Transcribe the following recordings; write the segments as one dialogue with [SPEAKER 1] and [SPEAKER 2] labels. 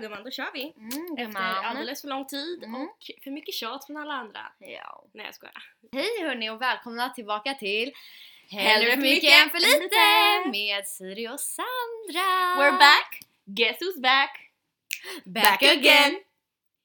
[SPEAKER 1] gumman, då kör vi!
[SPEAKER 2] Mm,
[SPEAKER 1] Efter
[SPEAKER 2] gumman.
[SPEAKER 1] alldeles för lång tid
[SPEAKER 2] Mm.
[SPEAKER 1] och för mycket tjat från alla andra.
[SPEAKER 2] Ja.
[SPEAKER 1] Nej jag skojar.
[SPEAKER 2] Hej hörni och välkomna tillbaka till
[SPEAKER 1] Hellre för mycket än för lite.
[SPEAKER 2] med Siri och Sandra.
[SPEAKER 1] We're back! Guess who's back!
[SPEAKER 2] back,
[SPEAKER 1] back again.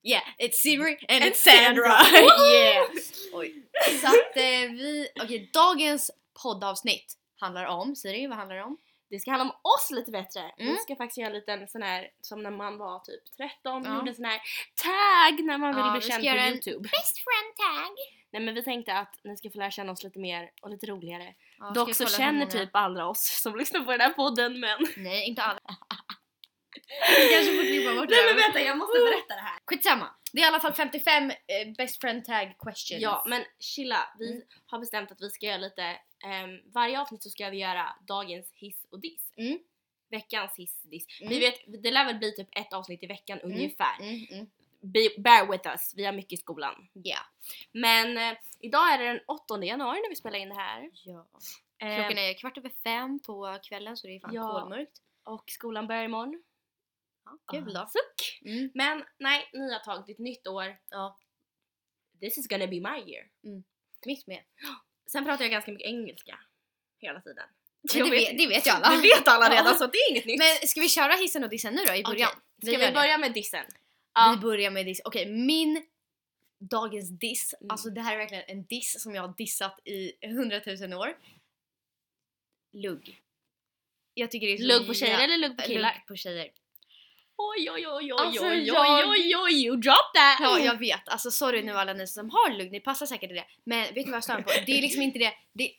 [SPEAKER 2] Yeah, it's Siri and,
[SPEAKER 1] And
[SPEAKER 2] it's Sandra.
[SPEAKER 1] Sandra. Woo!
[SPEAKER 2] yeah. Oj. Så att eh, vi, okej dagens poddavsnitt handlar om, Siri vad handlar det om?
[SPEAKER 1] Det ska handla om oss lite bättre. Vi
[SPEAKER 2] Mm.
[SPEAKER 1] ska faktiskt göra en liten sån här som när man var typ 13
[SPEAKER 2] Ja.
[SPEAKER 1] gjorde en sån här tag när man ville
[SPEAKER 2] Ja,
[SPEAKER 1] bli
[SPEAKER 2] vi ska
[SPEAKER 1] känd
[SPEAKER 2] göra en-
[SPEAKER 1] på youtube.
[SPEAKER 2] Best friend tag.
[SPEAKER 1] Nej men vi tänkte att ni ska få lära känna oss lite mer och lite roligare.
[SPEAKER 2] Ja,
[SPEAKER 1] Dock
[SPEAKER 2] ska
[SPEAKER 1] så
[SPEAKER 2] vi kolla hur
[SPEAKER 1] känner
[SPEAKER 2] många-
[SPEAKER 1] typ alla oss som lyssnar på den här podden men...
[SPEAKER 2] Nej inte alla. Vi kanske får klippa bort det här.
[SPEAKER 1] jag måste berätta det här!
[SPEAKER 2] Skitsamma. Det är i alla fall 55 eh, best friend tag questions.
[SPEAKER 1] Ja men chilla, vi
[SPEAKER 2] Mm.
[SPEAKER 1] har bestämt att vi ska göra lite, ehm, varje avsnitt så ska vi göra dagens hiss och diss.
[SPEAKER 2] Mm.
[SPEAKER 1] Veckans hiss och diss.
[SPEAKER 2] Mm.
[SPEAKER 1] Vi vet, det lär väl bli typ ett avsnitt i veckan ungefär.
[SPEAKER 2] Mm, mm.
[SPEAKER 1] Be, bear with us, vi har mycket i skolan.
[SPEAKER 2] Yeah.
[SPEAKER 1] Men eh, idag är det den 8 januari när vi spelar in det här.
[SPEAKER 2] Ja.
[SPEAKER 1] Ehm,
[SPEAKER 2] Klockan är kvart över fem på kvällen så det är fan
[SPEAKER 1] Ja.
[SPEAKER 2] kolmörkt.
[SPEAKER 1] Och skolan börjar imorgon.
[SPEAKER 2] Kul då.
[SPEAKER 1] Suck!
[SPEAKER 2] Mm.
[SPEAKER 1] Men nej, nya tag, ditt nytt år.
[SPEAKER 2] Ja.
[SPEAKER 1] This is gonna be my year.
[SPEAKER 2] Mitt med.
[SPEAKER 1] Sen pratar jag ganska mycket engelska. Hela tiden.
[SPEAKER 2] Men det, vet, det vet ju alla.
[SPEAKER 1] Det vet alla
[SPEAKER 2] Ja.
[SPEAKER 1] redan så det är inget nytt.
[SPEAKER 2] Men ska vi köra hissen och dissen nu då i
[SPEAKER 1] Okej,
[SPEAKER 2] början?
[SPEAKER 1] Ska vi,
[SPEAKER 2] gör det.
[SPEAKER 1] börja med dissen?
[SPEAKER 2] Vi börjar med diss. Okej, min dagens diss.
[SPEAKER 1] Mm.
[SPEAKER 2] Alltså det här är verkligen en diss som jag har dissat i hundratusen år. Lugg. Jag tycker det är så
[SPEAKER 1] Lugg på tjejer
[SPEAKER 2] jävla-
[SPEAKER 1] eller lugg på killar?
[SPEAKER 2] Lugg på tjejer.
[SPEAKER 1] Oj oj oj oj
[SPEAKER 2] Alltså,
[SPEAKER 1] oj oj
[SPEAKER 2] jag-
[SPEAKER 1] oj oj you drop that!
[SPEAKER 2] Ja, jag vet. Alltså sorry nu alla ni som har lugg, ni passar säkert i det. Men vet ni vad jag stör mig på? Det är liksom inte det. Det,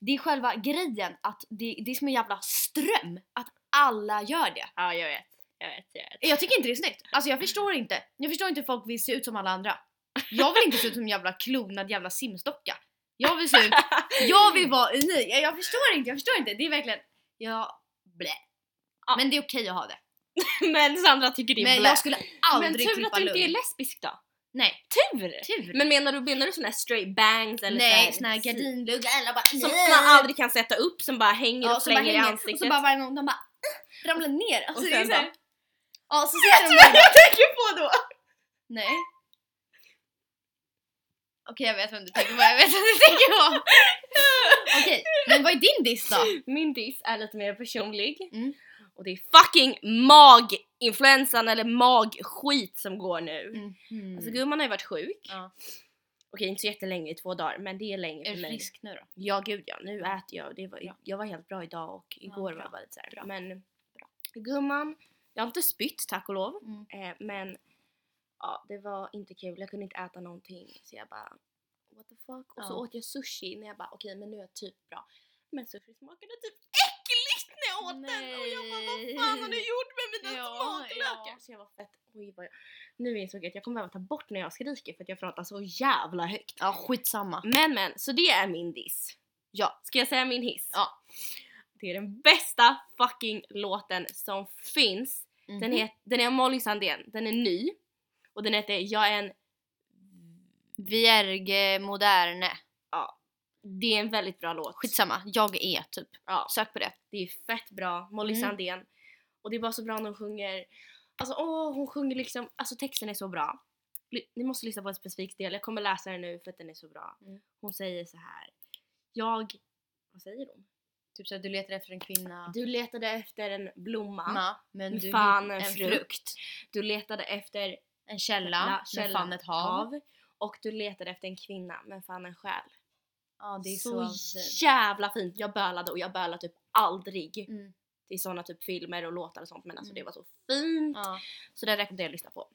[SPEAKER 2] det är själva grejen att det, det är som en jävla ström att alla gör det.
[SPEAKER 1] ja jag vet, jag vet, jag vet.
[SPEAKER 2] Jag tycker inte det är snyggt. Alltså jag förstår inte. Jag förstår inte hur folk vill se ut som alla andra. Jag vill inte se ut som en jävla klonad jävla simstocka. Jag vill se ut... Jag vill vara unik. Jag- Jag förstår inte, jag förstår inte. Det är verkligen... Ja, blä.
[SPEAKER 1] Ja.
[SPEAKER 2] Men det är okej att ha det.
[SPEAKER 1] Men Sandra tycker det är
[SPEAKER 2] Men
[SPEAKER 1] blä.
[SPEAKER 2] jag skulle aldrig
[SPEAKER 1] Men tur
[SPEAKER 2] klippa
[SPEAKER 1] att du inte är
[SPEAKER 2] lugg.
[SPEAKER 1] lesbisk då!
[SPEAKER 2] Nej,
[SPEAKER 1] Tur!
[SPEAKER 2] tur.
[SPEAKER 1] Men menar du, menar du såna här straight bangs eller
[SPEAKER 2] Nej,
[SPEAKER 1] så
[SPEAKER 2] sån här gardinlugg. Alla bara...
[SPEAKER 1] Som
[SPEAKER 2] nej.
[SPEAKER 1] man aldrig kan sätta upp som bara hänger
[SPEAKER 2] ja,
[SPEAKER 1] och
[SPEAKER 2] som bara
[SPEAKER 1] flänger i
[SPEAKER 2] hänger. Och så
[SPEAKER 1] ansiktet.
[SPEAKER 2] bara varje gång de bara "Ugh", ramlar ner. Alltså,
[SPEAKER 1] Och
[SPEAKER 2] det är
[SPEAKER 1] sen
[SPEAKER 2] så här.
[SPEAKER 1] bara-
[SPEAKER 2] Ja, så sitter de
[SPEAKER 1] Vet du vad
[SPEAKER 2] där.
[SPEAKER 1] jag tänker på då?
[SPEAKER 2] Nej. Okej, jag vet vem du tänker på. Jag vet vem du tänker på. Okej, men vad är din diss då?
[SPEAKER 1] Min diss är lite mer personlig.
[SPEAKER 2] Mm.
[SPEAKER 1] Och det är fucking maginfluensan eller magskit som går nu.
[SPEAKER 2] Mhm.
[SPEAKER 1] Alltså gumman har ju varit sjuk.
[SPEAKER 2] Mm. Ja.
[SPEAKER 1] Okej inte så jättelänge, i två dagar men det är länge
[SPEAKER 2] Är
[SPEAKER 1] för
[SPEAKER 2] du
[SPEAKER 1] mig.
[SPEAKER 2] frisk nu då?
[SPEAKER 1] Ja gud ja, nu äter jag. Det var,
[SPEAKER 2] Bra.
[SPEAKER 1] jag var helt bra idag och igår var
[SPEAKER 2] bra.
[SPEAKER 1] jag bara lite såhär.
[SPEAKER 2] Bra.
[SPEAKER 1] Men gumman, jag har inte spytt tack och lov.
[SPEAKER 2] Mm.
[SPEAKER 1] Eh, men ja, det var inte kul, jag kunde inte äta någonting så jag bara what the fuck. Och så
[SPEAKER 2] Ja.
[SPEAKER 1] åt jag sushi när jag bara okej men nu är jag typ bra. Men sushi smakade typ äckligt när jag åt den och jag bara vad fan har ni
[SPEAKER 2] Nej.
[SPEAKER 1] gjort med mina
[SPEAKER 2] Ja,
[SPEAKER 1] smaklökar?
[SPEAKER 2] ja.
[SPEAKER 1] Så jag var fett, oj vad jag... Nu insåg jag att jag kommer behöva ta bort när jag skriker för att jag pratar så jävla högt.
[SPEAKER 2] Ja, skitsamma.
[SPEAKER 1] Men men, så det är min diss.
[SPEAKER 2] Ja.
[SPEAKER 1] Ska jag säga min hiss?
[SPEAKER 2] Ja.
[SPEAKER 1] Det är den bästa fucking låten som finns. Den,
[SPEAKER 2] Mhm.
[SPEAKER 1] het, den är av Molly Sandén, den är ny. Och den heter Jag är en...
[SPEAKER 2] Vierge moderne.
[SPEAKER 1] Det är en väldigt bra låt.
[SPEAKER 2] Skitsamma, jag är typ.
[SPEAKER 1] Ja.
[SPEAKER 2] Sök på det.
[SPEAKER 1] Det är fett bra, Molly
[SPEAKER 2] Mm.
[SPEAKER 1] Sandén. Och det är bara så bra när hon sjunger. Alltså åh, hon sjunger liksom, alltså texten är så bra. Ly- Ni måste lyssna på en specifik del, jag kommer läsa den nu för att den är så bra.
[SPEAKER 2] Mm.
[SPEAKER 1] Hon säger så här. Jag... Vad säger hon?
[SPEAKER 2] Typ såhär, du letar efter en kvinna.
[SPEAKER 1] Du letade efter en blomma.
[SPEAKER 2] Ma, men
[SPEAKER 1] Men
[SPEAKER 2] du
[SPEAKER 1] fan
[SPEAKER 2] hitt-
[SPEAKER 1] en frukt. Du letade efter
[SPEAKER 2] En källa,
[SPEAKER 1] La- källa,
[SPEAKER 2] men fan ett hav.
[SPEAKER 1] hav och du letade efter en kvinna men fan en själ.
[SPEAKER 2] Ja, det är
[SPEAKER 1] så
[SPEAKER 2] så, fint.
[SPEAKER 1] jävla fint! Jag bölade och jag bölar typ aldrig
[SPEAKER 2] Mm.
[SPEAKER 1] till såna typ filmer och låtar och sånt men alltså
[SPEAKER 2] Mm.
[SPEAKER 1] det var så fint.
[SPEAKER 2] Ja.
[SPEAKER 1] Så den rekommenderar jag att lyssna på.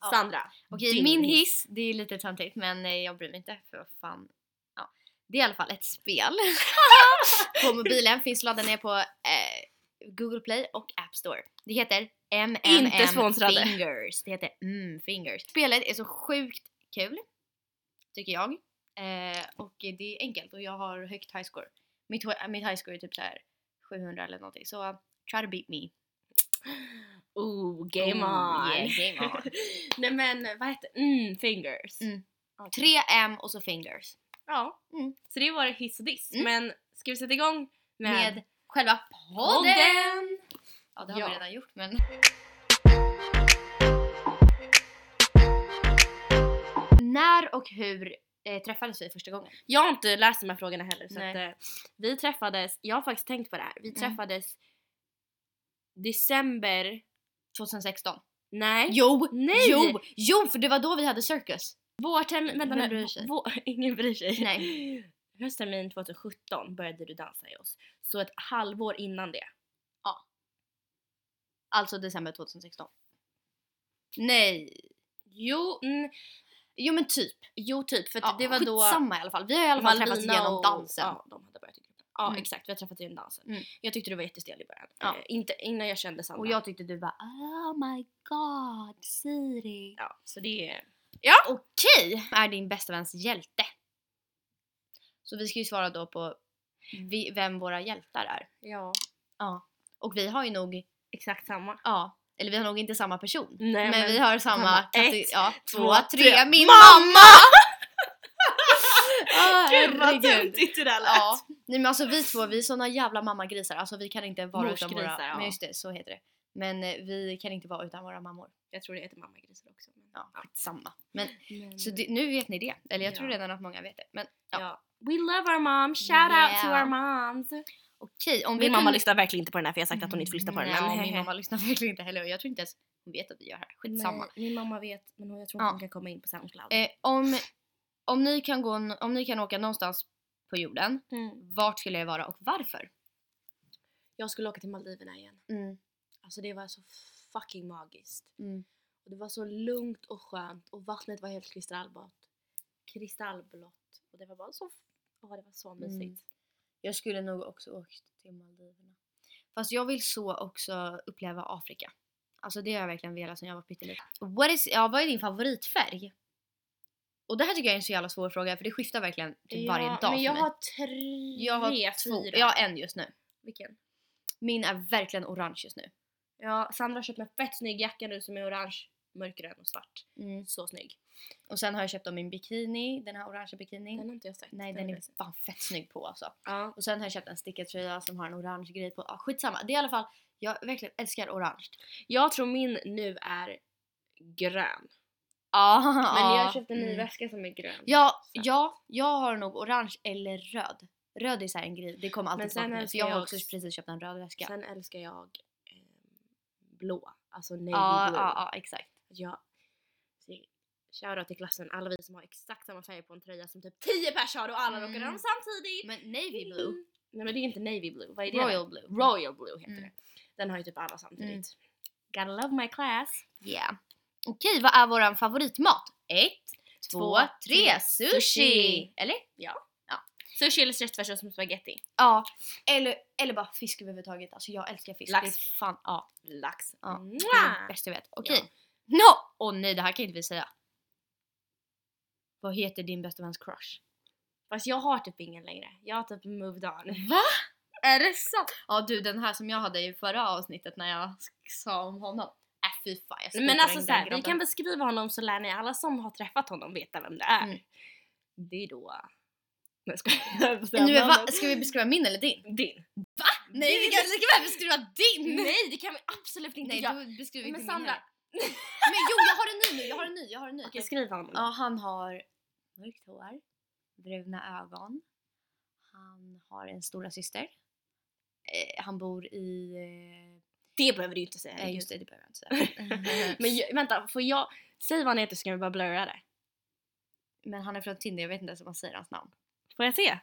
[SPEAKER 2] Ja.
[SPEAKER 1] Sandra!
[SPEAKER 2] Okej,
[SPEAKER 1] Din
[SPEAKER 2] min hiss, det är lite töntigt men eh, jag bryr mig inte för fan. Ja. Det är i alla fall ett spel. på mobilen finns ladda ner på eh, Google Play och App Store. Det heter MMM
[SPEAKER 1] Inte sponsrade.
[SPEAKER 2] Fingers. Det heter mm Fingers. Spelet är så sjukt kul, tycker jag. Eh, och det är enkelt och jag har högt high score. Mitt, ho- mitt high score är typ så här 700 eller någonting. Så try to beat me.
[SPEAKER 1] Ooh, Oh, game
[SPEAKER 2] Ooh,
[SPEAKER 1] on!
[SPEAKER 2] yeah, game on.
[SPEAKER 1] Nej men vad heter mm, fingers.
[SPEAKER 2] Mm.
[SPEAKER 1] Okej.
[SPEAKER 2] 3M och så fingers.
[SPEAKER 1] Ja,
[SPEAKER 2] Mm.
[SPEAKER 1] så det var hiss och diss.
[SPEAKER 2] Mm.
[SPEAKER 1] Men ska vi sätta igång med,
[SPEAKER 2] Med själva podden!
[SPEAKER 1] podden?
[SPEAKER 2] Ja det har
[SPEAKER 1] Ja.
[SPEAKER 2] vi redan gjort men... När och hur eh, träffades vi första gången?
[SPEAKER 1] Jag har inte läst de här frågorna heller så
[SPEAKER 2] Nej.
[SPEAKER 1] att, eh, vi träffades, jag har faktiskt tänkt på det här, vi
[SPEAKER 2] Mm.
[SPEAKER 1] träffades december,
[SPEAKER 2] 2016.
[SPEAKER 1] nej,
[SPEAKER 2] Jo!
[SPEAKER 1] Nej!
[SPEAKER 2] Jo! Jo! För det var då vi hade cirkus.
[SPEAKER 1] vårtermin, vänta nu,
[SPEAKER 2] Ingen bryr sig.
[SPEAKER 1] vå- ingen bryr sig. Hösttermin 2017 började du dansa i oss, så ett halvår innan det.
[SPEAKER 2] Alltså december 2016. Nej!
[SPEAKER 1] Jo, mm,
[SPEAKER 2] Jo men typ.
[SPEAKER 1] jo typ för att
[SPEAKER 2] Ja,
[SPEAKER 1] det var då
[SPEAKER 2] skitsamma i alla fall. Vi har i alla fall träffats genom dansen.
[SPEAKER 1] Ja, de hade börjat i gruppen. Ja
[SPEAKER 2] Mm.
[SPEAKER 1] exakt, vi har träffats genom dansen.
[SPEAKER 2] Mm.
[SPEAKER 1] Jag tyckte du var jättestel i början.
[SPEAKER 2] Ja.
[SPEAKER 1] Eh, inte, innan jag kände Sanna.
[SPEAKER 2] Och jag tyckte du bara oh my god Siri.
[SPEAKER 1] Ja, så det är...
[SPEAKER 2] Okej! Är din bästa väns hjälte? Så vi ska ju svara då på vi, vem våra hjältar är.
[SPEAKER 1] Ja.
[SPEAKER 2] Och vi har ju nog,
[SPEAKER 1] Exakt samma.
[SPEAKER 2] ja, eller vi har nog inte samma person.
[SPEAKER 1] Nej,
[SPEAKER 2] men, vi har samma,
[SPEAKER 1] samma.
[SPEAKER 2] kate-
[SPEAKER 1] Ett,
[SPEAKER 2] ja,
[SPEAKER 1] två,
[SPEAKER 2] två,
[SPEAKER 1] tre.
[SPEAKER 2] tre. min
[SPEAKER 1] Mamma!
[SPEAKER 2] mamma!
[SPEAKER 1] Gud vad
[SPEAKER 2] Herregud.
[SPEAKER 1] töntigt det där lät!
[SPEAKER 2] Ja, nej men alltså vi två, vi är såna jävla mammagrisar. Alltså vi kan inte vara utan våra,
[SPEAKER 1] Morsgrisar, ja.
[SPEAKER 2] men just det, så heter det. Men eh, vi kan inte vara utan våra mammor.
[SPEAKER 1] Jag tror det heter mammagrisar också. Men,
[SPEAKER 2] Ja, samma. Men
[SPEAKER 1] Men-
[SPEAKER 2] så det, nu vet ni det. Eller jag tror
[SPEAKER 1] Ja.
[SPEAKER 2] redan att många vet det. Men
[SPEAKER 1] ja.
[SPEAKER 2] ja.
[SPEAKER 1] We love our mom, shout out to
[SPEAKER 2] Yeah.
[SPEAKER 1] our moms!
[SPEAKER 2] okej, om vi
[SPEAKER 1] Min mamma
[SPEAKER 2] kunde- Mm,
[SPEAKER 1] lyssnar verkligen inte på den här för jag har sagt att hon inte får lyssna på den.
[SPEAKER 2] Nej,
[SPEAKER 1] men
[SPEAKER 2] min mamma lyssnar verkligen inte heller och jag tror inte ens hon vet att vi gör det här. Skitsamma.
[SPEAKER 1] Men, min mamma vet, men hon- jag tror
[SPEAKER 2] Ja.
[SPEAKER 1] hon kan komma in på Soundcloud.
[SPEAKER 2] Eh, om, om, ni kan gå, n- om ni kan åka någonstans på jorden,
[SPEAKER 1] Mm.
[SPEAKER 2] vart skulle det vara och varför?
[SPEAKER 1] Jag skulle åka till Maldiverna igen. Alltså det var så fucking magiskt.
[SPEAKER 2] Mm.
[SPEAKER 1] Och det var så lugnt och skönt och vattnet var helt kristallblått. Kristallblått. Och det var bara så... Åh, det var så mysigt.
[SPEAKER 2] Mm. Jag skulle nog också åkt till Maldiverna. Fast jag vill så också uppleva Afrika. Alltså det har jag verkligen velat sedan jag var pytteliten. What is, ja, vad är din favoritfärg? Och det här tycker jag är en så jävla svår fråga för det skiftar verkligen typ varje dag
[SPEAKER 1] men
[SPEAKER 2] för
[SPEAKER 1] jag
[SPEAKER 2] mig.
[SPEAKER 1] har tre,
[SPEAKER 2] jag har två,
[SPEAKER 1] fyra.
[SPEAKER 2] jag har en just nu.
[SPEAKER 1] Vilken?
[SPEAKER 2] Min är verkligen orange just nu.
[SPEAKER 1] Ja, Sandra har köpt en fett snygg jacka nu som är orange, mörkgrön och svart. Så snygg.
[SPEAKER 2] Mm. Och sen har jag köpt om min bikini, den här orangea bikinin.
[SPEAKER 1] Den har inte jag sett.
[SPEAKER 2] Nej
[SPEAKER 1] har
[SPEAKER 2] den är
[SPEAKER 1] jag sett.
[SPEAKER 2] fan fett snygg på alltså.
[SPEAKER 1] Ja.
[SPEAKER 2] Och sen har jag köpt en stickad tröja som har en orange grej på. Ah, skitsamma, det är i alla fall, jag verkligen älskar orange.
[SPEAKER 1] Jag tror min nu är grön.
[SPEAKER 2] Ah,
[SPEAKER 1] Men jag har köpt en ny
[SPEAKER 2] mm.
[SPEAKER 1] väska som är grön.
[SPEAKER 2] Ja,
[SPEAKER 1] Så.
[SPEAKER 2] ja, jag har nog orange eller röd. Röd är så här en grej, det kommer
[SPEAKER 1] Men
[SPEAKER 2] alltid
[SPEAKER 1] sen
[SPEAKER 2] tillbaka till mig, för
[SPEAKER 1] älskar
[SPEAKER 2] jag har
[SPEAKER 1] jag
[SPEAKER 2] också
[SPEAKER 1] också-
[SPEAKER 2] precis köpt en röd väska. Ja,
[SPEAKER 1] Sen älskar jag eh, blå. Alltså navy
[SPEAKER 2] ja,
[SPEAKER 1] blue.
[SPEAKER 2] ja, exakt.
[SPEAKER 1] Ja. Shoutout till klassen, alla vi som har exakt samma färg på en tröja som typ 10 pers har och alla
[SPEAKER 2] Mm.
[SPEAKER 1] råkar ha dem samtidigt. Mm.
[SPEAKER 2] Men navy blue,
[SPEAKER 1] Nej men det är inte navy blue, vad är det?
[SPEAKER 2] royal blue.
[SPEAKER 1] Royal blue heter
[SPEAKER 2] Mm.
[SPEAKER 1] det. Den har ju typ alla samtidigt. Gotta love my class.
[SPEAKER 2] Yeah. Okej, vad är våran favoritmat? Ett, två,
[SPEAKER 1] Två, tre.
[SPEAKER 2] tre, sushi!
[SPEAKER 1] Sushi.
[SPEAKER 2] Eller?
[SPEAKER 1] Sushi eller stressfärssås med spagetti.
[SPEAKER 2] Ja, eller, eller bara fisk överhuvudtaget. Alltså jag älskar fisk.
[SPEAKER 1] Lax.
[SPEAKER 2] Det är fan, ja.
[SPEAKER 1] Lax.
[SPEAKER 2] Ja.
[SPEAKER 1] Mwah!
[SPEAKER 2] Det är det bästa jag vet. Okej.
[SPEAKER 1] Ja.
[SPEAKER 2] No! Åh nej, det här kan inte vi säga. Vad heter din bästa väns crush?
[SPEAKER 1] Fast jag har typ ingen längre. Jag har typ moved on.
[SPEAKER 2] Va?
[SPEAKER 1] Är det sant?
[SPEAKER 2] Ja du, den här som jag hade i förra avsnittet när jag sa om honom. Äh fy fan, jag
[SPEAKER 1] Men alltså såhär, vi kan beskriva honom så lär ni alla som har träffat honom veta vem det är.
[SPEAKER 2] Mm.
[SPEAKER 1] Det är då... Nej ska jag säga
[SPEAKER 2] nu, va,
[SPEAKER 1] namnet.
[SPEAKER 2] Ska vi beskriva min eller din?
[SPEAKER 1] Din.
[SPEAKER 2] Nej vi kan lika väl beskriva din!
[SPEAKER 1] Nej det kan vi absolut inte
[SPEAKER 2] Nej
[SPEAKER 1] göra.
[SPEAKER 2] då beskriver vi
[SPEAKER 1] Men
[SPEAKER 2] inte min
[SPEAKER 1] Sandra.
[SPEAKER 2] heller. Men jo jag har en ny nu, jag har en ny, jag har en ny.
[SPEAKER 1] Okej skriv honom.
[SPEAKER 2] Ja, han har mörkt hår, bruna ögon. Han har en stora syster. Eh, han bor i...
[SPEAKER 1] Det behöver du ju inte säga.
[SPEAKER 2] Eh, eh,
[SPEAKER 1] herregud.
[SPEAKER 2] just det, det Mm, behöver jag inte säga.
[SPEAKER 1] Men ju- vänta, får jag säga vad han heter så kan vi bara blurra det.
[SPEAKER 2] Men han är från Tinder, jag vet inte ens om man säger hans namn.
[SPEAKER 1] Får jag se?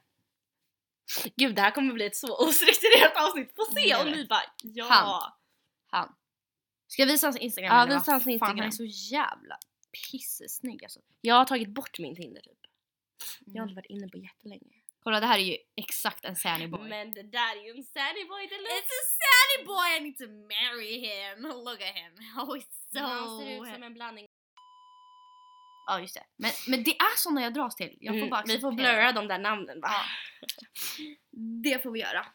[SPEAKER 1] Gud det här kommer bli ett så ostrukturerat avsnitt. Få se
[SPEAKER 2] Mm,
[SPEAKER 1] om
[SPEAKER 2] jag
[SPEAKER 1] ni bara ja.
[SPEAKER 2] Han. Han. Ska jag visa hans instagram?
[SPEAKER 1] Ja,
[SPEAKER 2] eller vad
[SPEAKER 1] visa hans Instagram.
[SPEAKER 2] Fan, han är så jävla pissesnygg alltså.
[SPEAKER 1] Jag har tagit bort min Tinder typ. Jag har
[SPEAKER 2] Mm.
[SPEAKER 1] inte varit inne på jättelänge.
[SPEAKER 2] Kolla, det här är ju exakt en sanny boy.
[SPEAKER 1] Men det där är ju en sanny boy deluxe.
[SPEAKER 2] a sanny boy, I need to marry him! Look at him, oh it's
[SPEAKER 1] Han ser ut som en blandning.
[SPEAKER 2] Ja just det. Men, men det är såna jag dras till. Jag får
[SPEAKER 1] Mm,
[SPEAKER 2] bara
[SPEAKER 1] vi får
[SPEAKER 2] acceptera.
[SPEAKER 1] blurra de där namnen va?
[SPEAKER 2] Ja.
[SPEAKER 1] Ja.
[SPEAKER 2] Det får vi göra.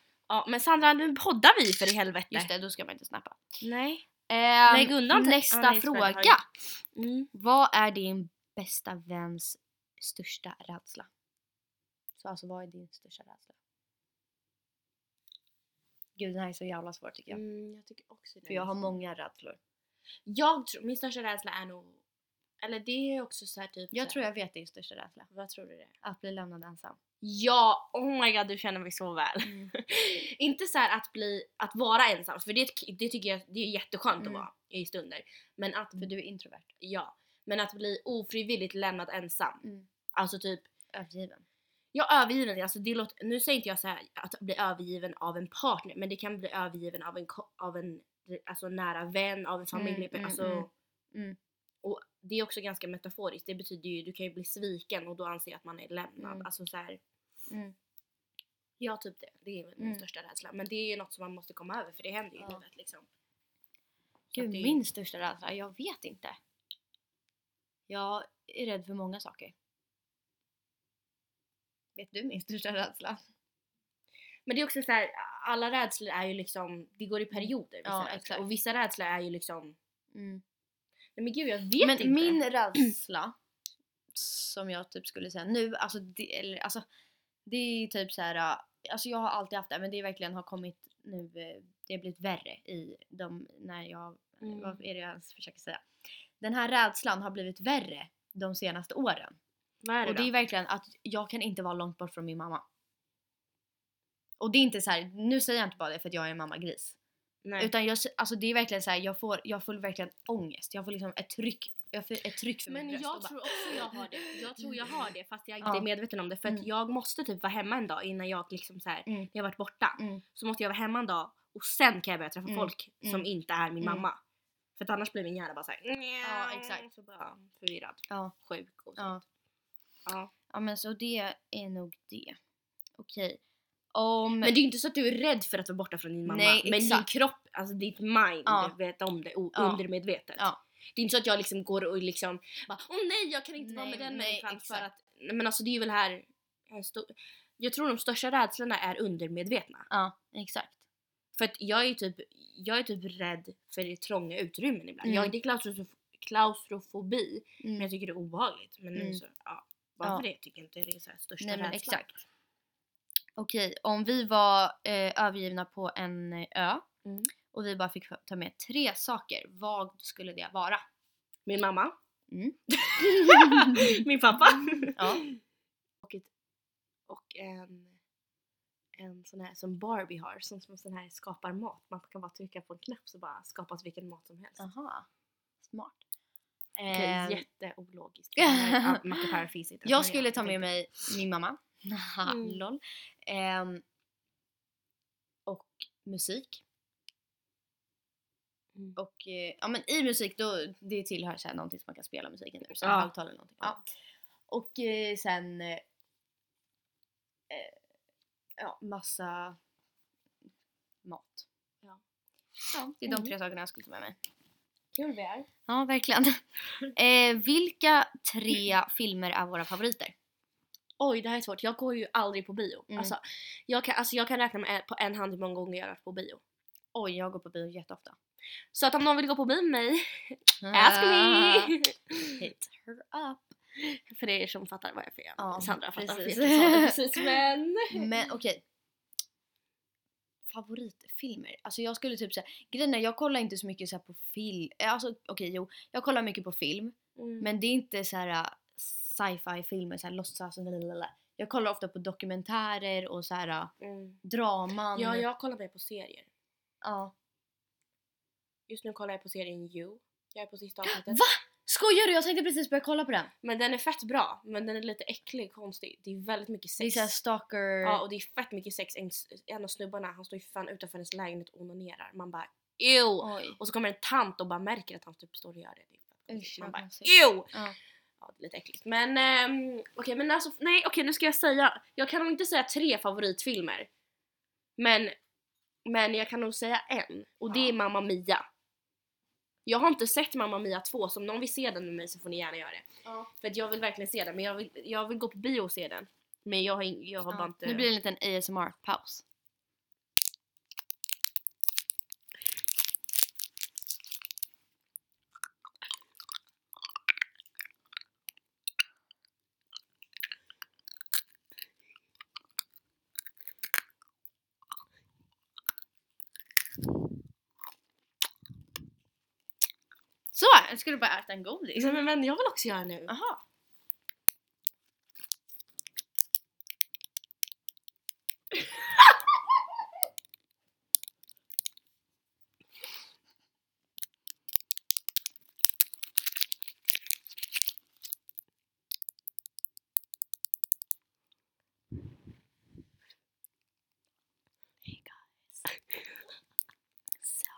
[SPEAKER 1] men Sandra nu poddar vi för i helvete.
[SPEAKER 2] Just det, då ska man inte snappa.
[SPEAKER 1] Nej.
[SPEAKER 2] Ehm,
[SPEAKER 1] Lägg undan te-
[SPEAKER 2] nästa
[SPEAKER 1] Ja, nej, just det,
[SPEAKER 2] fråga.
[SPEAKER 1] det har Mm.
[SPEAKER 2] Vad är din bästa väns största rädsla? Så alltså vad är din största rädsla? Gud den här är så jävla svår tycker jag.
[SPEAKER 1] Mm, jag tycker också det.
[SPEAKER 2] För jag har många rädslor.
[SPEAKER 1] Jag tror, min största rädsla är nog Eller det är också så här typ... så
[SPEAKER 2] Jag
[SPEAKER 1] här-
[SPEAKER 2] tror jag vet din största rädsla.
[SPEAKER 1] Vad tror du det är?
[SPEAKER 2] Att bli lämnad ensam.
[SPEAKER 1] Ja, oh my god du känner mig så väl.
[SPEAKER 2] Mm.
[SPEAKER 1] inte så här att bli, att vara ensam, för det, det tycker jag det är jätteskönt
[SPEAKER 2] Mm.
[SPEAKER 1] att vara i stunder. Men att,
[SPEAKER 2] För du är introvert.
[SPEAKER 1] ja. Men att bli ofrivilligt lämnad ensam.
[SPEAKER 2] Mm.
[SPEAKER 1] Alltså typ,
[SPEAKER 2] Övergiven.
[SPEAKER 1] ja övergiven, alltså det låter, nu säger inte jag så här att bli övergiven av en partner, men det kan bli övergiven av en, ko- av en alltså nära vän, av en familj,
[SPEAKER 2] mm,
[SPEAKER 1] alltså
[SPEAKER 2] mm. Mm.
[SPEAKER 1] Och det är också ganska metaforiskt, det betyder ju du kan ju bli sviken och då anser jag att man är lämnad.
[SPEAKER 2] Mm.
[SPEAKER 1] Alltså så här,
[SPEAKER 2] Mm.
[SPEAKER 1] Ja, typ det. Det är min
[SPEAKER 2] Mm.
[SPEAKER 1] största rädsla. Men det är ju något som man måste komma över för det händer ju i
[SPEAKER 2] Ja.
[SPEAKER 1] livet liksom.
[SPEAKER 2] Gud,
[SPEAKER 1] det är-
[SPEAKER 2] min största rädsla? Jag vet inte. Jag är rädd för många saker. Vet du min största rädsla?
[SPEAKER 1] Men det är också så här, alla rädslor är ju liksom, det går i perioder. Vissa
[SPEAKER 2] Ja,
[SPEAKER 1] rädslor.
[SPEAKER 2] exakt.
[SPEAKER 1] Och vissa rädslor är ju liksom, nej men gud jag vet
[SPEAKER 2] Mm. Men
[SPEAKER 1] inte.
[SPEAKER 2] min rädsla som jag typ skulle säga nu, alltså det, eller, alltså det är typ så här. äh, alltså jag har alltid haft det men det är verkligen har kommit nu, eh, det har blivit värre i de, när jag,
[SPEAKER 1] Mm.
[SPEAKER 2] vad är det jag ens försöker säga? Den här rädslan har blivit värre de senaste åren.
[SPEAKER 1] Vad är det,
[SPEAKER 2] Och det är
[SPEAKER 1] då?
[SPEAKER 2] verkligen att jag kan inte vara långt bort från min mamma. Och det är inte så här, nu säger jag inte bara det för att jag är en mammagris.
[SPEAKER 1] Nej.
[SPEAKER 2] Utan jag, alltså det är verkligen så här, jag får, jag får verkligen ångest. Jag får liksom ett tryck, jag får ett tryck för
[SPEAKER 1] men
[SPEAKER 2] min
[SPEAKER 1] jag
[SPEAKER 2] bröst.
[SPEAKER 1] tror också jag har det. Jag tror jag har det fast jag inte
[SPEAKER 2] Ja.
[SPEAKER 1] är medveten om det. För att
[SPEAKER 2] Mm.
[SPEAKER 1] jag måste typ vara hemma en dag innan jag liksom så här,
[SPEAKER 2] Mm.
[SPEAKER 1] när jag varit borta.
[SPEAKER 2] Mm.
[SPEAKER 1] Så måste jag vara hemma en dag och sen kan jag börja träffa
[SPEAKER 2] Mm.
[SPEAKER 1] folk som
[SPEAKER 2] Mm.
[SPEAKER 1] inte är min
[SPEAKER 2] Mm.
[SPEAKER 1] mamma. För att annars blir min hjärna bara såhär
[SPEAKER 2] Ja, exakt.
[SPEAKER 1] Så bara förvirrad.
[SPEAKER 2] Ja.
[SPEAKER 1] Sjuk och så.
[SPEAKER 2] Ja.
[SPEAKER 1] Ja.
[SPEAKER 2] ja men så det är nog det. Okej. Om...
[SPEAKER 1] Men det är ju inte så att du är rädd för att vara borta från din mamma.
[SPEAKER 2] Nej,
[SPEAKER 1] men din
[SPEAKER 2] exakt.
[SPEAKER 1] kropp, alltså ditt mind
[SPEAKER 2] Ja.
[SPEAKER 1] vet om det o-
[SPEAKER 2] Ja.
[SPEAKER 1] undermedvetet.
[SPEAKER 2] Ja.
[SPEAKER 1] Det är inte så att jag liksom går och liksom bara åh nej jag kan inte vara
[SPEAKER 2] Nej,
[SPEAKER 1] med den
[SPEAKER 2] nej,
[SPEAKER 1] människan för
[SPEAKER 2] exakt.
[SPEAKER 1] att. Nej, Men alltså det är ju väl här. en stor- Jag tror de största rädslorna är undermedvetna.
[SPEAKER 2] Ja, exakt.
[SPEAKER 1] För att jag är typ, jag är typ rädd för det trånga utrymmen ibland.
[SPEAKER 2] Mm.
[SPEAKER 1] Jag har inte klaustrof- klaustrofobi men
[SPEAKER 2] Mm.
[SPEAKER 1] jag tycker det är obehagligt. Men nu
[SPEAKER 2] Mm.
[SPEAKER 1] så, ja. Varför
[SPEAKER 2] Ja.
[SPEAKER 1] det tycker jag inte det är så här största
[SPEAKER 2] Nej men
[SPEAKER 1] rädslan.
[SPEAKER 2] exakt. Okej, om vi var eh, övergivna på en eh, ö
[SPEAKER 1] Mm.
[SPEAKER 2] och vi bara fick ta med tre saker, vad skulle det vara?
[SPEAKER 1] Min mamma.
[SPEAKER 2] Mm.
[SPEAKER 1] Min pappa.
[SPEAKER 2] Ja.
[SPEAKER 1] Och, ett, och en, en sån här som Barbie har, som, som sån här skapar mat. Man kan bara trycka på en knapp så bara skapas vilken mat som helst.
[SPEAKER 2] Aha. Smart.
[SPEAKER 1] Okej,
[SPEAKER 2] Eh,
[SPEAKER 1] Jätteologiskt. Den här, ja, mackapärer finns inte. Men
[SPEAKER 2] jag skulle ta med
[SPEAKER 1] tänkte-
[SPEAKER 2] mig min mamma. Haha,
[SPEAKER 1] Mm.
[SPEAKER 2] Lol. Ehm, och musik.
[SPEAKER 1] Mm.
[SPEAKER 2] Och eh, ja, men i musik då det tillhör så här någonting som man kan spela musiken ur. Så
[SPEAKER 1] Ja.
[SPEAKER 2] här högtalare eller någonting. Ja. Och eh, sen eh, eh, ja, massa mat.
[SPEAKER 1] Ja.
[SPEAKER 2] Ja, det är
[SPEAKER 1] Mm.
[SPEAKER 2] de tre sakerna jag skulle ta med mig.
[SPEAKER 1] Kul vi är.
[SPEAKER 2] Ja, verkligen. eh, vilka tre filmer är våra favoriter?
[SPEAKER 1] Oj, det här är svårt. Jag går ju aldrig på bio.
[SPEAKER 2] Mm.
[SPEAKER 1] Alltså, jag kan, alltså, jag kan räkna med en- på en hand hur många gånger jag har varit på bio.
[SPEAKER 2] Oj, jag går på bio jätteofta.
[SPEAKER 1] Så att om någon vill gå på bio med mig, ask me!
[SPEAKER 2] Ah. Hit her up.
[SPEAKER 1] för er som fattar vad jag för
[SPEAKER 2] Ja,
[SPEAKER 1] Sandra fattar
[SPEAKER 2] precis.
[SPEAKER 1] vad jag sa precis men.
[SPEAKER 2] Men okej. Favoritfilmer? Alltså jag skulle typ säga, grejen är jag kollar inte så mycket så här på film, eh, alltså okej jo, jag kollar mycket på film
[SPEAKER 1] Mm,
[SPEAKER 2] men det är inte så här äh, sci-fi filmer, så här låtsas och lalalala. Jag kollar ofta på dokumentärer och så här äh,
[SPEAKER 1] Mm.
[SPEAKER 2] draman.
[SPEAKER 1] Ja, jag kollar mer på serier.
[SPEAKER 2] Ja.
[SPEAKER 1] Just nu kollar jag på serien You. Jag är på sista avsnittet.
[SPEAKER 2] Va? Skojar du? Jag tänkte precis börja kolla på den.
[SPEAKER 1] Men den är fett bra, men den är lite äcklig konstig. Det är väldigt mycket
[SPEAKER 2] Det är
[SPEAKER 1] sex.
[SPEAKER 2] såhär stalker...
[SPEAKER 1] ja, och det är fett mycket sex. En, en av snubbarna, han står ju fan utanför hennes lägenhet och onanerar. Man bara ew!
[SPEAKER 2] Oj.
[SPEAKER 1] Och så kommer en tant och bara märker att han typ står och gör det. det. är fett
[SPEAKER 2] Usch,
[SPEAKER 1] konstigt. Man
[SPEAKER 2] vad
[SPEAKER 1] bara
[SPEAKER 2] konstigt.
[SPEAKER 1] ew!
[SPEAKER 2] Ja.
[SPEAKER 1] Ja, det är lite äckligt. Men ehm, okej, men alltså nej okej nu ska jag säga. Jag kan nog inte säga tre favoritfilmer. Men, men jag kan nog säga en. Och det
[SPEAKER 2] Ja.
[SPEAKER 1] är Mamma Mia. Jag har inte sett Mamma Mia 2 så om någon vill se den med mig så får ni gärna göra det.
[SPEAKER 2] Ja.
[SPEAKER 1] För att jag vill verkligen se den men jag vill, jag vill gå på bio och se den. Men jag har, ing- jag har bara inte...
[SPEAKER 2] Nu blir det en liten ASMR-paus. Så, Jag skulle bara äta en godis.
[SPEAKER 1] Nej men vänner, jag vill också göra nu.
[SPEAKER 2] Aha. Hey guys. So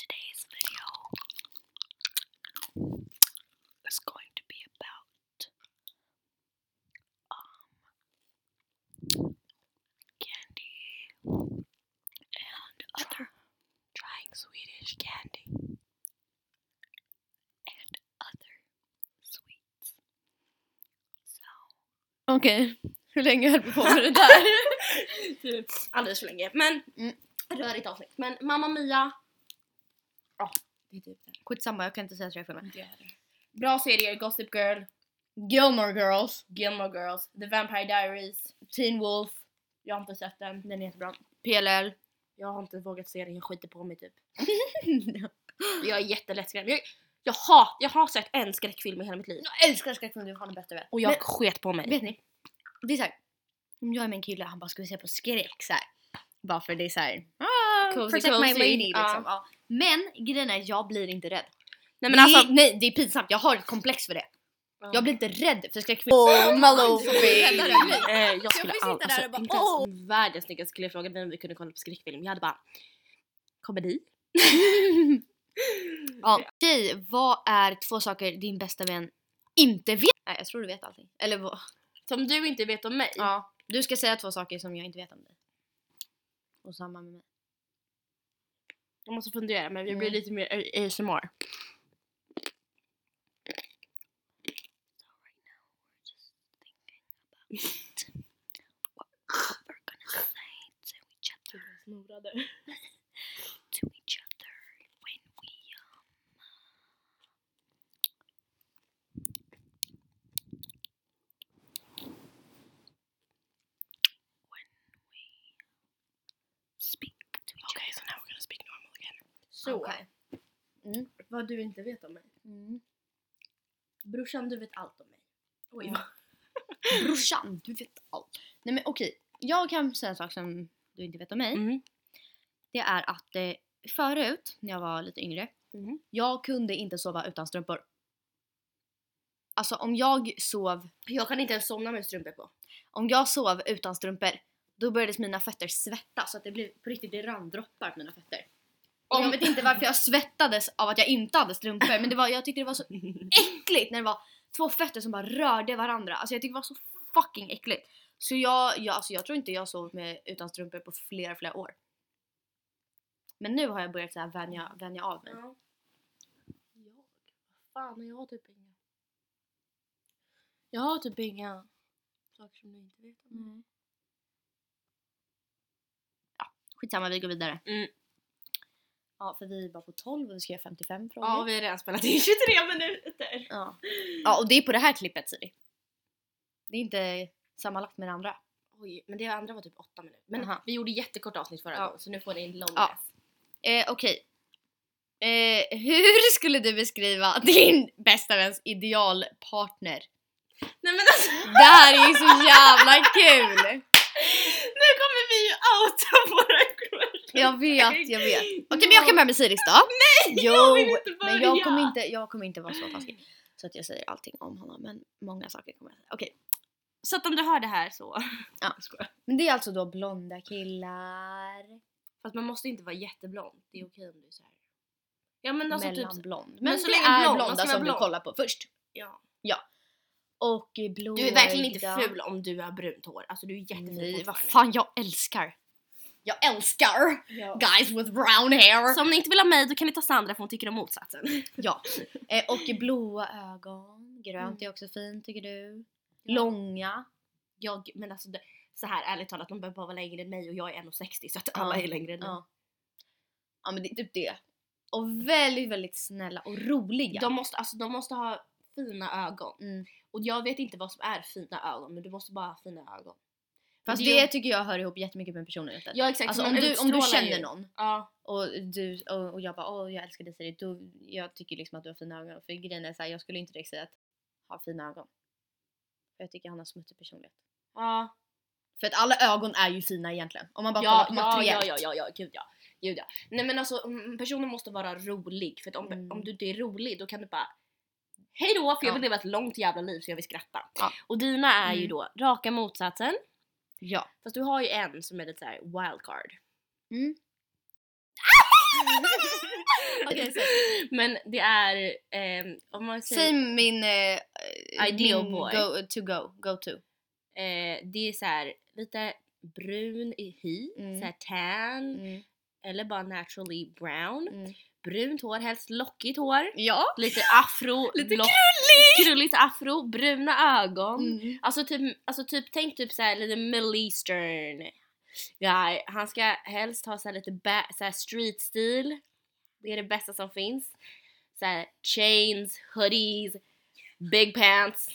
[SPEAKER 2] today's video is going to be about um candy and other trying Swedish candy and other sweets. So Okej, hur länge höll vi på med det där?
[SPEAKER 1] Typ Alldeles för länge. Men
[SPEAKER 2] Mm.
[SPEAKER 1] rörigt avsnitt. Men Mamma Mia.
[SPEAKER 2] det är typ det. Skitsamma, jag kan inte säga att jag är full med.
[SPEAKER 1] Bra serier. Gossip Girl,
[SPEAKER 2] Gilmore Girls,
[SPEAKER 1] Gilmore Girls, The Vampire Diaries.
[SPEAKER 2] Teen Wolf,
[SPEAKER 1] Jag har inte sett den. Den är jättebra.
[SPEAKER 2] PLL.
[SPEAKER 1] Jag har inte vågat se den. Jag skiter på mig typ. Jag är jättelättskrämd. Jag, jag, har, jag har sett en skräckfilm i hela mitt liv.
[SPEAKER 2] Jag älskar skräckfilm, du har den bästa jag vet.
[SPEAKER 1] Och jag sket på mig.
[SPEAKER 2] Men, vet ni? Det är såhär, om jag är med en kille och han bara ska vi se på skräck såhär. Bara för det är såhär, ah,
[SPEAKER 1] Cozy,
[SPEAKER 2] protect my
[SPEAKER 1] cozy.
[SPEAKER 2] lady
[SPEAKER 1] Ja.
[SPEAKER 2] liksom. Ja. Men grejen är, jag blir inte rädd.
[SPEAKER 1] Nej men alltså.
[SPEAKER 2] det, nej, det är pinsamt, jag har ett komplex för det. Jag blir inte rädd för skräckfilm.
[SPEAKER 1] Oh,
[SPEAKER 2] Malou, baby.
[SPEAKER 1] Eh, jag skulle
[SPEAKER 2] får sitta
[SPEAKER 1] aldrig,
[SPEAKER 2] där
[SPEAKER 1] alltså,
[SPEAKER 2] och bara,
[SPEAKER 1] inte ens om världens snyggaste skulle jag fråga vem vi kunde kolla på skräckfilm. Jag hade bara, komedi?
[SPEAKER 2] Ja. Okej, vad är två saker din bästa vän inte vet? Nej, jag tror du vet allting. Eller vad?
[SPEAKER 1] Som du inte vet om mig.
[SPEAKER 2] Ja. Du ska säga två saker som jag inte vet om dig. Och samma med mig.
[SPEAKER 1] Jag måste fundera men vi
[SPEAKER 2] Mm.
[SPEAKER 1] blir lite mer A- ASMR.
[SPEAKER 2] to each other when we
[SPEAKER 1] Speak to each okay, so now we're gonna speak normal again.
[SPEAKER 2] so.
[SPEAKER 1] Så, Mm. vad du inte vet om mig.
[SPEAKER 2] Mm.
[SPEAKER 1] Brorsan du vet allt om mig. Oj.
[SPEAKER 2] Ja. Brorsan, du vet allt. Nej men okej, jag kan säga en sak som du inte vet om mig.
[SPEAKER 1] Mm.
[SPEAKER 2] Det är att eh, förut, när jag var lite yngre,
[SPEAKER 1] Mhm.
[SPEAKER 2] jag kunde inte sova utan strumpor. Alltså om jag sov,
[SPEAKER 1] Jag kan inte ens somna med strumpor på.
[SPEAKER 2] om jag sov utan strumpor, då började mina fötter svettas så att det blev på riktigt, det rann droppar på mina fötter. Och jag
[SPEAKER 1] Om-
[SPEAKER 2] vet inte varför jag svettades av att jag inte hade strumpor men det var, jag tyckte det var så äckligt när det var två fötter som bara rörde varandra. Alltså jag tyckte det var så fucking äckligt. Så jag, jag, alltså jag tror inte jag sovit med utan strumpor på flera, flera år. Men nu har jag börjat så här vänja, vänja av mig.
[SPEAKER 1] Ja. Jag? Vad fan har jag typ inga? Jag har typ inga saker som du inte vet om mig.
[SPEAKER 2] Skitsamma, vi går vidare.
[SPEAKER 1] Mm.
[SPEAKER 2] Ja, för vi var på 12 och vi ska göra 55 frågor.
[SPEAKER 1] Ja, vi har redan spelat in 23 minuter.
[SPEAKER 2] ja. ja, och det är på det här klippet Siri. Det är inte sammanlagt med det andra.
[SPEAKER 1] Oj, men det andra var typ 8 minuter. Men
[SPEAKER 2] Aha.
[SPEAKER 1] vi gjorde jättekort avsnitt förra
[SPEAKER 2] Ja.
[SPEAKER 1] gången så nu får ni en lång
[SPEAKER 2] Ja.
[SPEAKER 1] läs.
[SPEAKER 2] Eh, Okej. Eh, hur skulle du beskriva din bästa väns idealpartner?
[SPEAKER 1] Nej men alltså,
[SPEAKER 2] Det här är ju så jävla kul!
[SPEAKER 1] nu kommer vi ju outa våra crush.
[SPEAKER 2] Jag vet, jag vet. Okej men jag kan börja med Siris då. Nej! Jo!
[SPEAKER 1] jag vill inte
[SPEAKER 2] men
[SPEAKER 1] börja.
[SPEAKER 2] jag kommer inte, jag kommer inte vara så taskig så att jag säger allting om honom men många saker kommer jag säga. Okej.
[SPEAKER 1] Så att om du hör det här så.
[SPEAKER 2] Ja. Men det är alltså då blonda killar.
[SPEAKER 1] Fast man måste inte vara jätteblond. Det är okej om du är så här. Ja men alltså typ. så-
[SPEAKER 2] Mellanblond. Men,
[SPEAKER 1] men så
[SPEAKER 2] det
[SPEAKER 1] länge
[SPEAKER 2] är
[SPEAKER 1] blond, man
[SPEAKER 2] blonda
[SPEAKER 1] ska vara
[SPEAKER 2] som du
[SPEAKER 1] blond.
[SPEAKER 2] kollar på först.
[SPEAKER 1] Ja.
[SPEAKER 2] Och blåögda.
[SPEAKER 1] Du är verkligen inte ful om du har brunt hår. Alltså du är jättefin
[SPEAKER 2] Nej, vad
[SPEAKER 1] fortfarande.
[SPEAKER 2] fan jag älskar! Jag älskar
[SPEAKER 1] Ja.
[SPEAKER 2] guys with brown hair!
[SPEAKER 1] Så om ni inte vill ha mig då kan ni ta Sandra för hon tycker om motsatsen.
[SPEAKER 2] Ja. Eh, och blåa ögon.
[SPEAKER 1] Mm.
[SPEAKER 2] Grönt är också fint tycker du. Långa.
[SPEAKER 1] Jag, men alltså det, så här ärligt talat, de behöver bara vara längre än mig och jag är 1,60 så att
[SPEAKER 2] Ja.
[SPEAKER 1] alla är längre än mig.
[SPEAKER 2] Ja. ja men det är typ det. Och väldigt väldigt snälla och roliga.
[SPEAKER 1] De, måste, alltså, de måste ha fina ögon.
[SPEAKER 2] Mm.
[SPEAKER 1] Och jag vet inte vad som är fina ögon men du måste bara ha fina ögon.
[SPEAKER 2] Fast
[SPEAKER 1] Det
[SPEAKER 2] det,
[SPEAKER 1] är ju-
[SPEAKER 2] tycker jag hör ihop jättemycket med personligheten.
[SPEAKER 1] Ja exakt.
[SPEAKER 2] alltså
[SPEAKER 1] man
[SPEAKER 2] om du, om du
[SPEAKER 1] utstrålar
[SPEAKER 2] känner
[SPEAKER 1] ju-
[SPEAKER 2] någon
[SPEAKER 1] Ja.
[SPEAKER 2] och, du, och, och jag bara åh jag älskar dig Siri, då, jag tycker liksom att du har fina ögon. För grejen är så här, jag skulle inte direkt säga att ha fina ögon. För jag tycker han har smutsig personlighet.
[SPEAKER 1] Ja.
[SPEAKER 2] För att alla ögon är ju fina egentligen. Om man bara kollar
[SPEAKER 1] Ja,
[SPEAKER 2] på
[SPEAKER 1] ja, ja,
[SPEAKER 2] materiellt.
[SPEAKER 1] ja, ja, ja, gud ja. Gud ja. Nej men alltså mm, personen måste vara rolig för att om,
[SPEAKER 2] Mm.
[SPEAKER 1] om du inte är rolig då kan du bara Hej då för jag
[SPEAKER 2] Ja.
[SPEAKER 1] vill leva ett långt jävla liv så jag vill skratta.
[SPEAKER 2] Ja.
[SPEAKER 1] Och dina är ju
[SPEAKER 2] Mm.
[SPEAKER 1] då raka motsatsen.
[SPEAKER 2] ja.
[SPEAKER 1] Fast du har ju en som är lite såhär wildcard.
[SPEAKER 2] Mm. Okej, säg.
[SPEAKER 1] Men det är ehm, om man säger
[SPEAKER 2] Säg min... Eh,
[SPEAKER 1] Ideal
[SPEAKER 2] min
[SPEAKER 1] boy.
[SPEAKER 2] Go, to go, go to.
[SPEAKER 1] eh, det är så här lite brun i hy,
[SPEAKER 2] Mm.
[SPEAKER 1] så här tan
[SPEAKER 2] Mm.
[SPEAKER 1] eller bara naturally brown.
[SPEAKER 2] Mm.
[SPEAKER 1] Brunt hår, helst lockigt hår.
[SPEAKER 2] Ja.
[SPEAKER 1] Lite afro,
[SPEAKER 2] Lite
[SPEAKER 1] krulligt! Krulligt afro, bruna ögon.
[SPEAKER 2] Mm.
[SPEAKER 1] Alltså, typ, alltså typ tänk typ såhär lite middle eastern guy. Han ska helst ha såhär lite ba- såhär street stil. Det är det bästa som finns. Såhär chains, hoodies, big pants.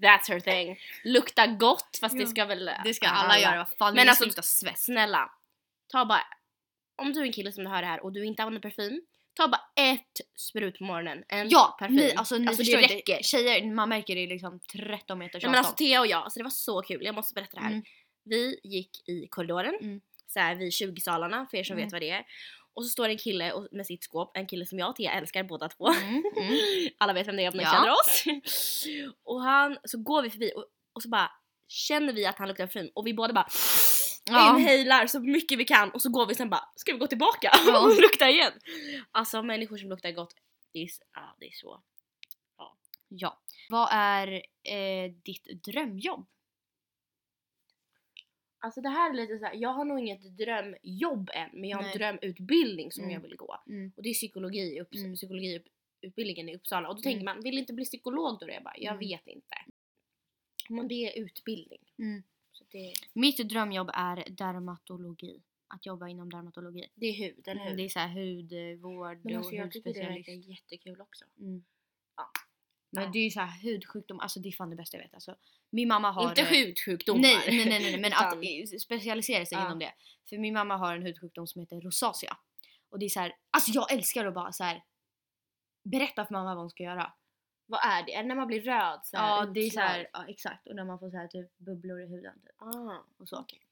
[SPEAKER 1] That's her thing. Lukta gott fast det
[SPEAKER 2] Ja.
[SPEAKER 1] ska väl
[SPEAKER 2] Det ska alla göra, vad fan.
[SPEAKER 1] Men
[SPEAKER 2] ni
[SPEAKER 1] alltså-
[SPEAKER 2] slutar svets.
[SPEAKER 1] Snälla, ta bara, om du är en kille som hör det här och du inte använder parfym, ta bara ett sprut på morgonen. En
[SPEAKER 2] Ja,
[SPEAKER 1] parfym.
[SPEAKER 2] ni, alltså, ni
[SPEAKER 1] Alltså, det
[SPEAKER 2] förstår inte.
[SPEAKER 1] räcker.
[SPEAKER 2] Tjejer, man märker det liksom 13 meters
[SPEAKER 1] Nej, men alltså Thea och jag, alltså det var så kul, jag måste berätta det här.
[SPEAKER 2] Mm.
[SPEAKER 1] Vi gick i korridoren,
[SPEAKER 2] Mm.
[SPEAKER 1] så här vid 20-salarna för er som
[SPEAKER 2] Mm.
[SPEAKER 1] vet vad det är. Och så står det en kille och- med sitt skåp, en kille som jag och Thea älskar båda två.
[SPEAKER 2] Mm, mm.
[SPEAKER 1] Alla vet vem det är om ni
[SPEAKER 2] Ja.
[SPEAKER 1] känner oss. Och han, så går vi förbi och, och så bara känner vi att han luktar parfym och vi båda bara
[SPEAKER 2] Ja.
[SPEAKER 1] inhalar så mycket vi kan och så går vi sen bara ska vi gå tillbaka
[SPEAKER 2] Ja.
[SPEAKER 1] och lukta igen. Alltså människor som luktar gott, det är, s- ja, det är så.
[SPEAKER 2] ja. Vad är eh, ditt drömjobb?
[SPEAKER 1] Alltså det här är lite såhär, jag har nog inget drömjobb än men jag har en
[SPEAKER 2] Nej.
[SPEAKER 1] drömutbildning som
[SPEAKER 2] Mm.
[SPEAKER 1] jag vill gå.
[SPEAKER 2] Mm.
[SPEAKER 1] Och det är psykologi, upp,
[SPEAKER 2] Mm.
[SPEAKER 1] psykologiutbildningen i Uppsala. Och då tänker
[SPEAKER 2] Mm.
[SPEAKER 1] man, vill inte bli psykolog då? Jag bara, jag
[SPEAKER 2] Mm.
[SPEAKER 1] vet inte. Men det är utbildning.
[SPEAKER 2] Mm.
[SPEAKER 1] Så det,
[SPEAKER 2] Mitt drömjobb är dermatologi. Att jobba inom dermatologi.
[SPEAKER 1] det är hud, eller hur?
[SPEAKER 2] Mm, Det är så här hudvård
[SPEAKER 1] Men
[SPEAKER 2] och
[SPEAKER 1] alltså jag tycker det
[SPEAKER 2] hudspecialist.
[SPEAKER 1] verkar jättekul också.
[SPEAKER 2] Mm.
[SPEAKER 1] Ja.
[SPEAKER 2] Men
[SPEAKER 1] Ja.
[SPEAKER 2] det är ju så här hudsjukdom, alltså det är fan det bästa jag vet. Alltså, min mamma har...
[SPEAKER 1] Inte
[SPEAKER 2] eh,
[SPEAKER 1] hudsjukdomar.
[SPEAKER 2] Nej, nej, nej, nej, men att
[SPEAKER 1] Utan-
[SPEAKER 2] i- specialisera sig
[SPEAKER 1] Ja.
[SPEAKER 2] inom det. För min mamma har en hudsjukdom som heter rosacea. Och det är så här, alltså jag älskar att bara så här berätta för mamma vad hon ska göra.
[SPEAKER 1] Vad är det? Är det när man blir röd? Så här,
[SPEAKER 2] ja, det är så
[SPEAKER 1] utslag?
[SPEAKER 2] här, ja, exakt. Och när man får så här typ bubblor i huden typ,
[SPEAKER 1] Ah.
[SPEAKER 2] och så.
[SPEAKER 1] Okej.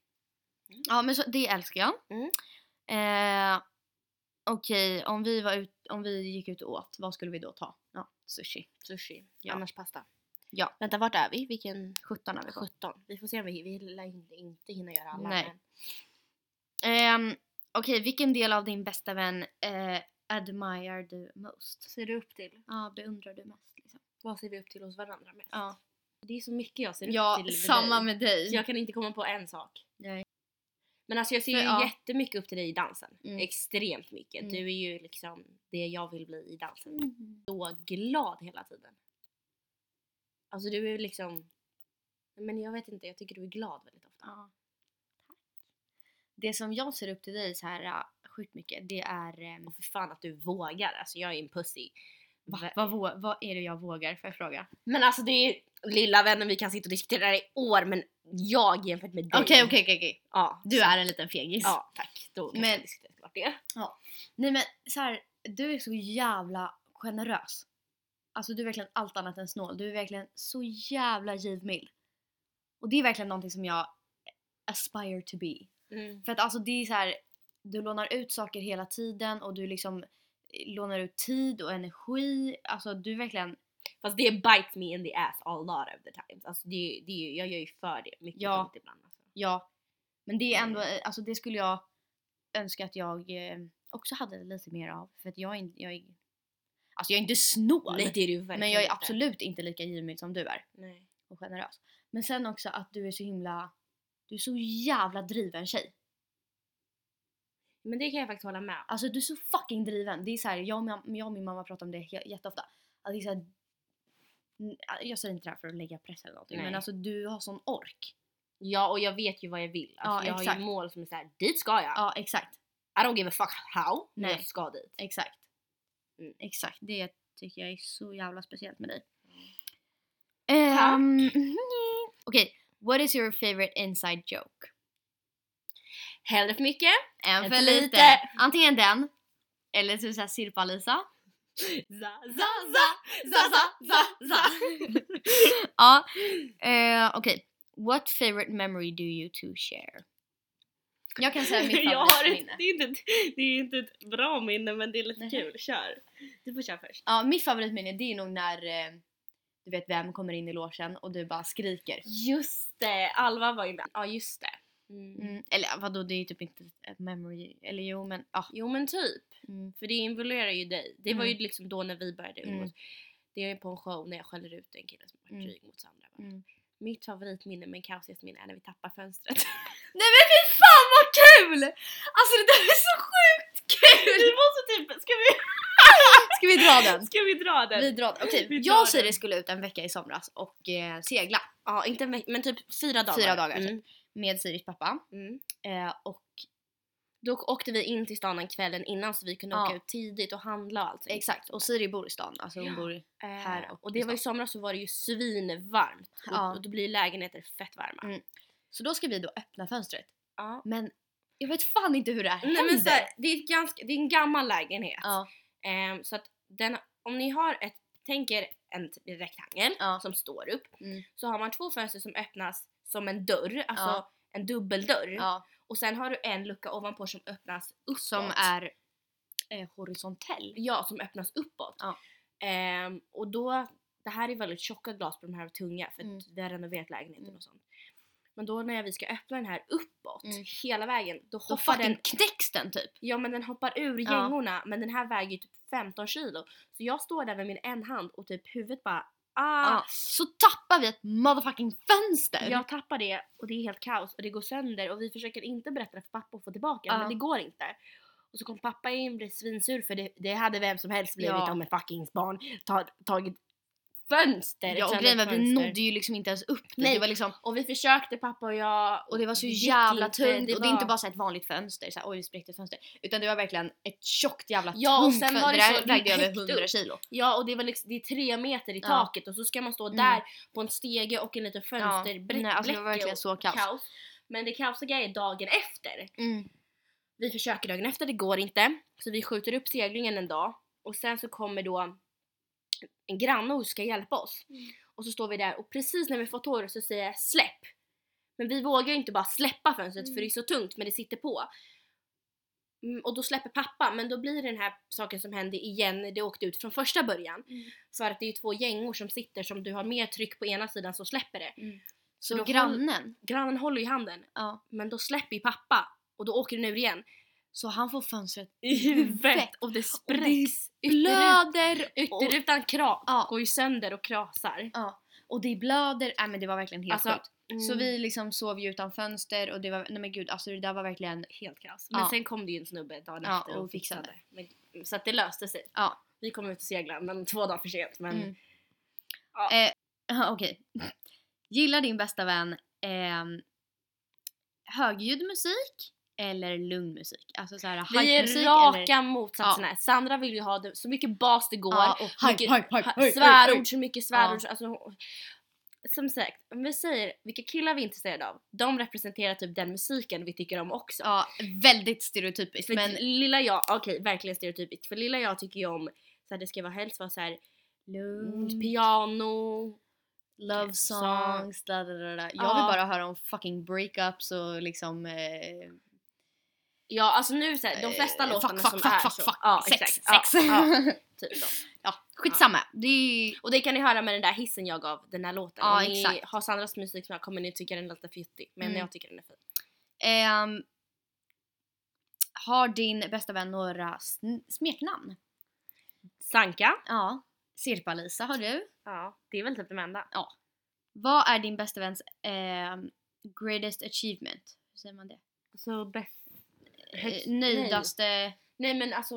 [SPEAKER 1] Mm.
[SPEAKER 2] Ja, men så, det älskar jag.
[SPEAKER 1] Mm.
[SPEAKER 2] Eh, Okej, om vi var ut, om vi gick ut och åt, vad skulle vi då ta? Ja, sushi.
[SPEAKER 1] Sushi.
[SPEAKER 2] Ja.
[SPEAKER 1] Annars pasta.
[SPEAKER 2] Ja.
[SPEAKER 1] Vänta, vart är vi? Vilken?
[SPEAKER 2] 17 har vi på.
[SPEAKER 1] 17. Vi får se om vi, vi lär inte, inte hinna göra alla.
[SPEAKER 2] Nej.
[SPEAKER 1] men-
[SPEAKER 2] Ehm, Okej, vilken del av din bästa vän eh, admirar du most?
[SPEAKER 1] Ser du upp till?
[SPEAKER 2] Ja, beundrar du mest? Liksom.
[SPEAKER 1] Vad ser vi upp till hos varandra mest?
[SPEAKER 2] Ja,
[SPEAKER 1] Det är så mycket jag ser upp till med
[SPEAKER 2] samma
[SPEAKER 1] dig.
[SPEAKER 2] med dig.
[SPEAKER 1] Så jag kan inte komma på en sak.
[SPEAKER 2] Nej.
[SPEAKER 1] Men alltså jag ser ju
[SPEAKER 2] För, ja.
[SPEAKER 1] jättemycket upp till dig i dansen.
[SPEAKER 2] Mm.
[SPEAKER 1] Extremt mycket.
[SPEAKER 2] Mm.
[SPEAKER 1] Du är ju liksom det jag vill bli i dansen.
[SPEAKER 2] Mm.
[SPEAKER 1] Så glad hela tiden. Alltså du är ju liksom... Men jag vet inte, jag tycker du är glad väldigt ofta.
[SPEAKER 2] Ja. Det som jag ser upp till dig så här äh, sjukt mycket, det är... ehm,
[SPEAKER 1] Och för fan att du vågar. Alltså jag är en pussy.
[SPEAKER 2] va,
[SPEAKER 1] Vä-
[SPEAKER 2] vad, vå- vad är det jag vågar? Får jag fråga?
[SPEAKER 1] Men alltså det är lilla vännen vi kan sitta och diskutera det i år men jag jämfört med dig.
[SPEAKER 2] okej, okej.
[SPEAKER 1] Ja,
[SPEAKER 2] Du
[SPEAKER 1] så-
[SPEAKER 2] är en liten fegis.
[SPEAKER 1] Ja, tack. Då kan
[SPEAKER 2] Men-
[SPEAKER 1] vi diskutera klart det.
[SPEAKER 2] Nej men så här, du är så jävla generös. Alltså du är verkligen allt annat än snål. Du är verkligen så jävla givmild. Och det är verkligen någonting som jag aspire to be. För att alltså det är så här, du lånar ut saker hela tiden och du liksom lånar ut tid och energi. Alltså du är verkligen,
[SPEAKER 1] Fast det bites me in the ass a lot of the times. Alltså det, är- det, är ju- jag gör ju för det mycket
[SPEAKER 2] Ja.
[SPEAKER 1] skit ibland. Alltså.
[SPEAKER 2] ja. Men det är
[SPEAKER 1] Mm.
[SPEAKER 2] ändå, alltså det skulle jag önska att jag eh, också hade lite mer av. För att jag är, inte- jag är alltså jag är inte snål.
[SPEAKER 1] Nej det är du verkligen
[SPEAKER 2] men jag är
[SPEAKER 1] inte.
[SPEAKER 2] absolut inte lika givmild som du är
[SPEAKER 1] Nej.
[SPEAKER 2] och generös. Men sen också att du är så himla, du är så jävla driven tjej.
[SPEAKER 1] Men det kan jag faktiskt hålla med om.
[SPEAKER 2] Alltså du är så fucking driven. Det är så här, jag, och mam- jag och min mamma pratar om det he- jätteofta. Att det är så här, N- jag säger inte det här för att lägga press eller någonting
[SPEAKER 1] Nej.
[SPEAKER 2] men alltså du har sån ork.
[SPEAKER 1] Ja och jag vet ju vad jag vill. Alltså,
[SPEAKER 2] Ja,
[SPEAKER 1] jag har
[SPEAKER 2] exakt.
[SPEAKER 1] ju mål som är såhär, dit ska jag.
[SPEAKER 2] Ja exakt,
[SPEAKER 1] I don't give a fuck how, men
[SPEAKER 2] Nej.
[SPEAKER 1] jag ska dit.
[SPEAKER 2] exakt.
[SPEAKER 1] Mm.
[SPEAKER 2] Exakt, det tycker jag är så jävla speciellt med dig.
[SPEAKER 1] Tack.
[SPEAKER 2] Ehm, Okej, What is your favorite inside joke?
[SPEAKER 1] Hellre för mycket
[SPEAKER 2] En
[SPEAKER 1] En
[SPEAKER 2] för
[SPEAKER 1] för
[SPEAKER 2] lite.
[SPEAKER 1] lite.
[SPEAKER 2] Antingen den, eller typ så såhär Sirpa-Lisa.
[SPEAKER 1] Za, za, za, za, za, za, za.
[SPEAKER 2] ja, eh, okej. What favorite memory do you two share? Jag kan
[SPEAKER 1] Alltså,
[SPEAKER 2] säga mitt
[SPEAKER 1] Jag har ett,
[SPEAKER 2] favoritminne.
[SPEAKER 1] det, är inte ett, det är inte ett bra minne men det är lite
[SPEAKER 2] Nej.
[SPEAKER 1] kul. Kör! Du får köra först.
[SPEAKER 2] Ja, mitt favoritminne det är nog när eh, du vet vem kommer in i logen och du bara skriker.
[SPEAKER 1] Just det! Alva var inne. Ja just det.
[SPEAKER 2] Mm, eller vadå, det är ju typ inte ett memory. Eller jo, men ja.
[SPEAKER 1] Jo men typ.
[SPEAKER 2] Mm.
[SPEAKER 1] För det involverar ju dig. Det var ju
[SPEAKER 2] Mm.
[SPEAKER 1] liksom då när vi började
[SPEAKER 2] Mm.
[SPEAKER 1] umgås. Det är ju på en show när jag skäller ut en kille som har
[SPEAKER 2] Mm.
[SPEAKER 1] varit dryg mot Sandra. bara.
[SPEAKER 2] Mm.
[SPEAKER 1] Mitt favoritminne men kaosigaste minne är när vi tappar fönstret.
[SPEAKER 2] Nej men fy fan vad kul! Alltså det där är så sjukt
[SPEAKER 1] vi
[SPEAKER 2] kul!
[SPEAKER 1] måste typ, ska vi,
[SPEAKER 2] Ska vi dra den?
[SPEAKER 1] ska vi dra den?
[SPEAKER 2] Vi drar den. Okej,
[SPEAKER 1] Vi drar
[SPEAKER 2] jag och Siri
[SPEAKER 1] den.
[SPEAKER 2] skulle ut en vecka i somras och eh, segla
[SPEAKER 1] Ja inte en veck- men typ fyra dagar.
[SPEAKER 2] Fyra dagar,
[SPEAKER 1] Mm.
[SPEAKER 2] med Siris pappa.
[SPEAKER 1] Mm.
[SPEAKER 2] Eh, och
[SPEAKER 1] Då åkte vi in till stan den kvällen innan så vi kunde
[SPEAKER 2] Ja.
[SPEAKER 1] åka ut tidigt och handla och allt.
[SPEAKER 2] exakt, och Siri bor i stan. Alltså hon
[SPEAKER 1] Ja.
[SPEAKER 2] bor i...
[SPEAKER 1] Eh,
[SPEAKER 2] här och
[SPEAKER 1] och det
[SPEAKER 2] i
[SPEAKER 1] var i somras så var det ju svinvarmt och,
[SPEAKER 2] Ja.
[SPEAKER 1] och då blir lägenheter fett varma.
[SPEAKER 2] Mm. Så då ska vi då öppna fönstret.
[SPEAKER 1] Ja.
[SPEAKER 2] Men jag vet fan inte hur det här
[SPEAKER 1] Nej
[SPEAKER 2] händer.
[SPEAKER 1] men så här, det, är ett ganska, det är en gammal lägenhet.
[SPEAKER 2] ja.
[SPEAKER 1] Ehm, så att den, om ni har ett, tänk er en t- rektangel
[SPEAKER 2] Ja.
[SPEAKER 1] som står upp.
[SPEAKER 2] Mm.
[SPEAKER 1] Så har man två fönster som öppnas som en dörr, alltså
[SPEAKER 2] Ja.
[SPEAKER 1] en dubbeldörr.
[SPEAKER 2] ja.
[SPEAKER 1] Och sen har du en lucka ovanpå som öppnas uppåt.
[SPEAKER 2] Som är eh, horisontell.
[SPEAKER 1] Ja, som öppnas uppåt.
[SPEAKER 2] Ja.
[SPEAKER 1] Ehm, och då, det här är väldigt tjocka glas på de här tunga för
[SPEAKER 2] Mm.
[SPEAKER 1] att det har renoverat lägenheten
[SPEAKER 2] Mm.
[SPEAKER 1] och sånt. Men då när vi ska öppna den här uppåt
[SPEAKER 2] Mm.
[SPEAKER 1] hela vägen då
[SPEAKER 2] Då
[SPEAKER 1] hoppar
[SPEAKER 2] fucking
[SPEAKER 1] den
[SPEAKER 2] knäcks den typ.
[SPEAKER 1] Ja men den hoppar ur
[SPEAKER 2] Ja.
[SPEAKER 1] gängorna men den här väger ju typ 15 kilo. Så jag står där med min en hand och typ huvudet bara ah.
[SPEAKER 2] Ja. Så tappar vi ett motherfucking fönster.
[SPEAKER 1] Jag tappar det och det är helt kaos och det går sönder och vi försöker inte berätta för pappa och få tillbaka
[SPEAKER 2] Ja.
[SPEAKER 1] men det går inte. Och så kom pappa in blev svinsur för det, det hade vem som helst blivit
[SPEAKER 2] Ja.
[SPEAKER 1] om ett fucking barn ta, tagit fönster. ett
[SPEAKER 2] Ja, och
[SPEAKER 1] söndrat
[SPEAKER 2] grejen var att vi
[SPEAKER 1] fönster.
[SPEAKER 2] nådde ju liksom inte ens upp dit.
[SPEAKER 1] Nej.
[SPEAKER 2] Det var liksom,
[SPEAKER 1] Och vi försökte pappa och jag
[SPEAKER 2] och det var så
[SPEAKER 1] gick
[SPEAKER 2] jävla
[SPEAKER 1] inte,
[SPEAKER 2] tungt. och det är
[SPEAKER 1] var-
[SPEAKER 2] inte bara så här ett vanligt fönster, så här, oj vi spräckte ett fönster. Utan det var verkligen ett tjockt jävla
[SPEAKER 1] Ja, och
[SPEAKER 2] tungt
[SPEAKER 1] sen
[SPEAKER 2] fönster.
[SPEAKER 1] var
[SPEAKER 2] Det
[SPEAKER 1] det
[SPEAKER 2] där
[SPEAKER 1] så
[SPEAKER 2] vägde över
[SPEAKER 1] högt
[SPEAKER 2] 100
[SPEAKER 1] upp.
[SPEAKER 2] kilo.
[SPEAKER 1] Ja och det var liksom, det är tre meter i
[SPEAKER 2] Ja.
[SPEAKER 1] taket och så ska man stå
[SPEAKER 2] Mm.
[SPEAKER 1] där på en stege och en liten
[SPEAKER 2] Ja.
[SPEAKER 1] fönsterbläcke
[SPEAKER 2] Nej, alltså det var
[SPEAKER 1] och
[SPEAKER 2] verkligen så kaos.
[SPEAKER 1] kaos. Men det kaosiga är dagen efter.
[SPEAKER 2] Mm.
[SPEAKER 1] Vi försöker dagen efter, det går inte. Så vi skjuter upp seglingen en dag och sen så kommer då en granne och ska hjälpa oss. Och så står vi där och precis när vi får tårar så säger jag släpp. Men vi vågar ju inte bara släppa fönstret för det är så tungt men det sitter på. Mm, Och då släpper pappa men då blir det den här saken som hände igen, det åkte ut från första början. För att det är ju två gängor som sitter som du har mer tryck på ena sidan så släpper det.
[SPEAKER 2] Så
[SPEAKER 1] då håll-
[SPEAKER 2] grannen,
[SPEAKER 1] Grannen håller ju handen
[SPEAKER 2] ja.
[SPEAKER 1] men då släpper ju pappa och då åker den ur igen.
[SPEAKER 2] så han får fönstret
[SPEAKER 1] i huvudet och det spräcks. Ytterrut-
[SPEAKER 2] blöder och,
[SPEAKER 1] Ytterrutan krak
[SPEAKER 2] Ja.
[SPEAKER 1] går ju sönder och krasar.
[SPEAKER 2] och det blöder. Nej men det var verkligen helt
[SPEAKER 1] Alltså,
[SPEAKER 2] sjukt. Så vi liksom sov ju utan fönster och det var, nej men gud alltså det där var verkligen,
[SPEAKER 1] Helt kaos. Men
[SPEAKER 2] Ja.
[SPEAKER 1] sen kom det ju en snubbe dagen
[SPEAKER 2] Ja,
[SPEAKER 1] efter
[SPEAKER 2] och
[SPEAKER 1] och
[SPEAKER 2] fixade.
[SPEAKER 1] fixade. Men, så att det löste sig.
[SPEAKER 2] Ja.
[SPEAKER 1] Vi kom ut och seglade men två dagar för sent. Men
[SPEAKER 2] Mm.
[SPEAKER 1] Ja.
[SPEAKER 2] Eh, aha, okej. Gillar din bästa vän ehm, högljudd musik eller lugn musik? Alltså såhär
[SPEAKER 1] vi är
[SPEAKER 2] hype-musik
[SPEAKER 1] raka
[SPEAKER 2] eller...
[SPEAKER 1] motsatserna. Sandra vill ju ha det, så mycket bas det går.
[SPEAKER 2] Ja, och
[SPEAKER 1] mycket
[SPEAKER 2] hype, hype,
[SPEAKER 1] ha-
[SPEAKER 2] hype,
[SPEAKER 1] svärord,
[SPEAKER 2] hype.
[SPEAKER 1] så mycket svärord. Alltså, hon- som sagt, om vi säger vilka killar vi är intresserade av, de representerar typ den musiken vi tycker om också.
[SPEAKER 2] Ja, väldigt stereotypiskt
[SPEAKER 1] För
[SPEAKER 2] men...
[SPEAKER 1] lilla jag, okej verkligen stereotypiskt, för lilla jag tycker ju om så här, det ska vara helst vara så här
[SPEAKER 2] Lugnt,
[SPEAKER 1] piano,
[SPEAKER 2] love songs, da, da, da, da.
[SPEAKER 1] Eh,
[SPEAKER 2] Jag vill
[SPEAKER 1] Ja.
[SPEAKER 2] bara höra om fucking breakups och liksom... Eh,
[SPEAKER 1] ja alltså nu så här, de flesta
[SPEAKER 2] eh,
[SPEAKER 1] låtarna
[SPEAKER 2] fuck,
[SPEAKER 1] som
[SPEAKER 2] fuck,
[SPEAKER 1] är
[SPEAKER 2] fuck,
[SPEAKER 1] så.
[SPEAKER 2] fuck,
[SPEAKER 1] ja,
[SPEAKER 2] sex,
[SPEAKER 1] exakt.
[SPEAKER 2] sex.
[SPEAKER 1] Ja,
[SPEAKER 2] Ja,
[SPEAKER 1] ja, typ så.
[SPEAKER 2] skitsamma. Det är ju...
[SPEAKER 1] Och det kan ni höra med den där hissen jag gav den här låten.
[SPEAKER 2] Ja,
[SPEAKER 1] Om ni
[SPEAKER 2] exakt.
[SPEAKER 1] har Sandras musiksmak kommer ni tycka den låter fjuttig, men
[SPEAKER 2] Mm.
[SPEAKER 1] jag tycker den är fin.
[SPEAKER 2] Ehm, har din bästa vän några sn- smeknamn?
[SPEAKER 1] Sanka.
[SPEAKER 2] Ja. Sirpa-Lisa har du.
[SPEAKER 1] Ja, det är väl typ de enda.
[SPEAKER 2] Vad är din bästa väns ehm, greatest achievement? Hur säger man det?
[SPEAKER 1] Så bäst. Högst-
[SPEAKER 2] Eh, nöjdaste...
[SPEAKER 1] Nej men alltså...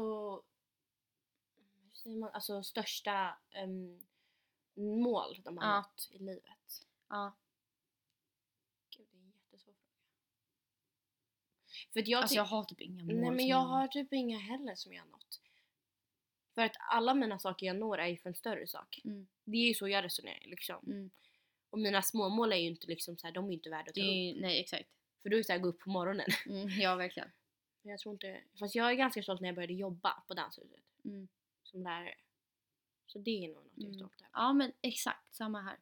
[SPEAKER 1] Hur säger man? Alltså största ehm, mål de har
[SPEAKER 2] Ja.
[SPEAKER 1] nått i livet.
[SPEAKER 2] Ja.
[SPEAKER 1] Gud, det är en jättesvår fråga. För att jag,
[SPEAKER 2] Alltså
[SPEAKER 1] tyck-
[SPEAKER 2] jag har typ inga mål.
[SPEAKER 1] Nej men
[SPEAKER 2] som
[SPEAKER 1] jag har typ inga heller som jag har nått. För att alla mina saker jag når är ju för en större sak.
[SPEAKER 2] Mm.
[SPEAKER 1] Det är ju så jag resonerar liksom.
[SPEAKER 2] Mm.
[SPEAKER 1] Och Och mina småmål är ju inte liksom så här, de är ju inte värda att
[SPEAKER 2] Det
[SPEAKER 1] ta
[SPEAKER 2] är
[SPEAKER 1] upp.
[SPEAKER 2] ju, nej exakt.
[SPEAKER 1] För då är det så här, gå upp på morgonen.
[SPEAKER 2] Mm, ja verkligen.
[SPEAKER 1] Men jag tror inte, fast jag är ganska stolt när jag började jobba på Danshuset
[SPEAKER 2] Mm.
[SPEAKER 1] som lärare. Så det är nog något jag är
[SPEAKER 2] Mm.
[SPEAKER 1] stolt över.
[SPEAKER 2] Ja men exakt, samma här.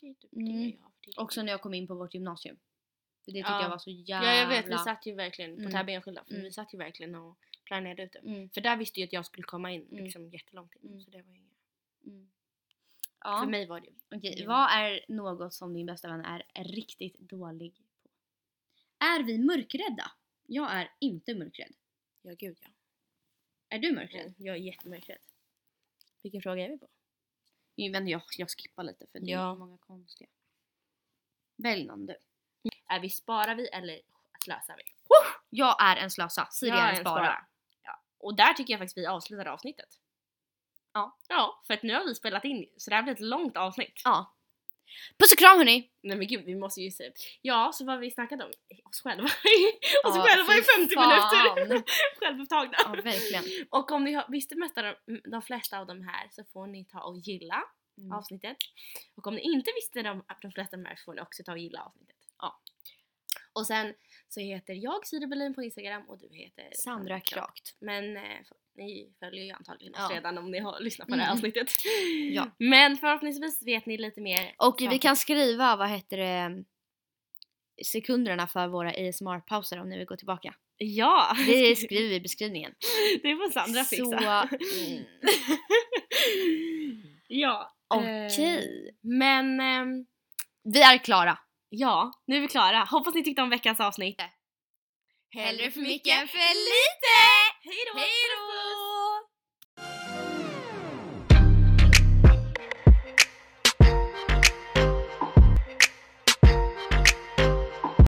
[SPEAKER 1] Det är typ det
[SPEAKER 2] Mm.
[SPEAKER 1] jag har för tillfället.
[SPEAKER 2] Också när jag kom in på vårt gymnasium. För det tyckte
[SPEAKER 1] Ja.
[SPEAKER 2] jag var så jävla...
[SPEAKER 1] Ja jag vet, vi satt ju verkligen på
[SPEAKER 2] Mm.
[SPEAKER 1] Täby enskilda för
[SPEAKER 2] Mm.
[SPEAKER 1] vi satt ju verkligen och planerade ut det.
[SPEAKER 2] Mm,
[SPEAKER 1] För där visste jag att jag skulle komma in
[SPEAKER 2] Mm.
[SPEAKER 1] liksom jättelångt in.
[SPEAKER 2] Mm.
[SPEAKER 1] Så det var inget.
[SPEAKER 2] mm. Ja,
[SPEAKER 1] För mig var det ju
[SPEAKER 2] okej.
[SPEAKER 1] Mm.
[SPEAKER 2] Vad är något som din bästa vän är riktigt dålig på? Är vi mörkrädda? Jag är inte mörkrädd.
[SPEAKER 1] Ja gud ja.
[SPEAKER 2] Är du mörkrädd?
[SPEAKER 1] Mm. Jag är jättemörkrädd. Vilken fråga är vi på?
[SPEAKER 2] Mm. Vänta, jag, jag skippar lite för det
[SPEAKER 1] Ja.
[SPEAKER 2] är många konstiga. Välj någon du.
[SPEAKER 1] Är vi, sparar vi eller slösar vi?
[SPEAKER 2] Jag är en slösa. Siri
[SPEAKER 1] Jag
[SPEAKER 2] är
[SPEAKER 1] är
[SPEAKER 2] en
[SPEAKER 1] en
[SPEAKER 2] spara.
[SPEAKER 1] spara. Ja. Och där tycker jag faktiskt vi avslutar avsnittet.
[SPEAKER 2] Ja.
[SPEAKER 1] Ja, för att nu har vi spelat in så det här blir ett långt avsnitt.
[SPEAKER 2] Ja. Puss och kram hörni!
[SPEAKER 1] Nej men gud vi måste ju se. Ja, så vad vi snackat om? Oss själva. Oss
[SPEAKER 2] Ja,
[SPEAKER 1] själva i
[SPEAKER 2] fy
[SPEAKER 1] 50 minuter.
[SPEAKER 2] fan.
[SPEAKER 1] Självupptagna.
[SPEAKER 2] Ja verkligen.
[SPEAKER 1] Och om ni har, visste mest av de, de flesta av de här så får ni ta och gilla
[SPEAKER 2] Mm.
[SPEAKER 1] avsnittet. Och om ni inte visste de, de flesta av de här så får ni också ta och gilla avsnittet.
[SPEAKER 2] Ja.
[SPEAKER 1] Och sen så heter jag Siri Berlin på Instagram och du
[SPEAKER 2] Mm.
[SPEAKER 1] heter
[SPEAKER 2] Sandra Krakt.
[SPEAKER 1] Men eh, f- ni följer ju antagligen oss
[SPEAKER 2] Ja.
[SPEAKER 1] redan om ni har lyssnat på det här
[SPEAKER 2] Mm.
[SPEAKER 1] avsnittet.
[SPEAKER 2] Ja.
[SPEAKER 1] Men förhoppningsvis vet ni lite mer.
[SPEAKER 2] Och vi
[SPEAKER 1] saker.
[SPEAKER 2] kan skriva, vad heter det, sekunderna för våra ASMR-pauser om ni vill gå tillbaka.
[SPEAKER 1] Ja!
[SPEAKER 2] Det skriver vi i beskrivningen.
[SPEAKER 1] Det får Sandra fixa.
[SPEAKER 2] Så, mm,
[SPEAKER 1] ja.
[SPEAKER 2] okej.
[SPEAKER 1] Eh, men ehm,
[SPEAKER 2] Vi är klara.
[SPEAKER 1] ja, nu är vi klara. Hoppas ni tyckte om veckans avsnitt.
[SPEAKER 2] för lite!
[SPEAKER 1] Hej då!
[SPEAKER 2] Hej då!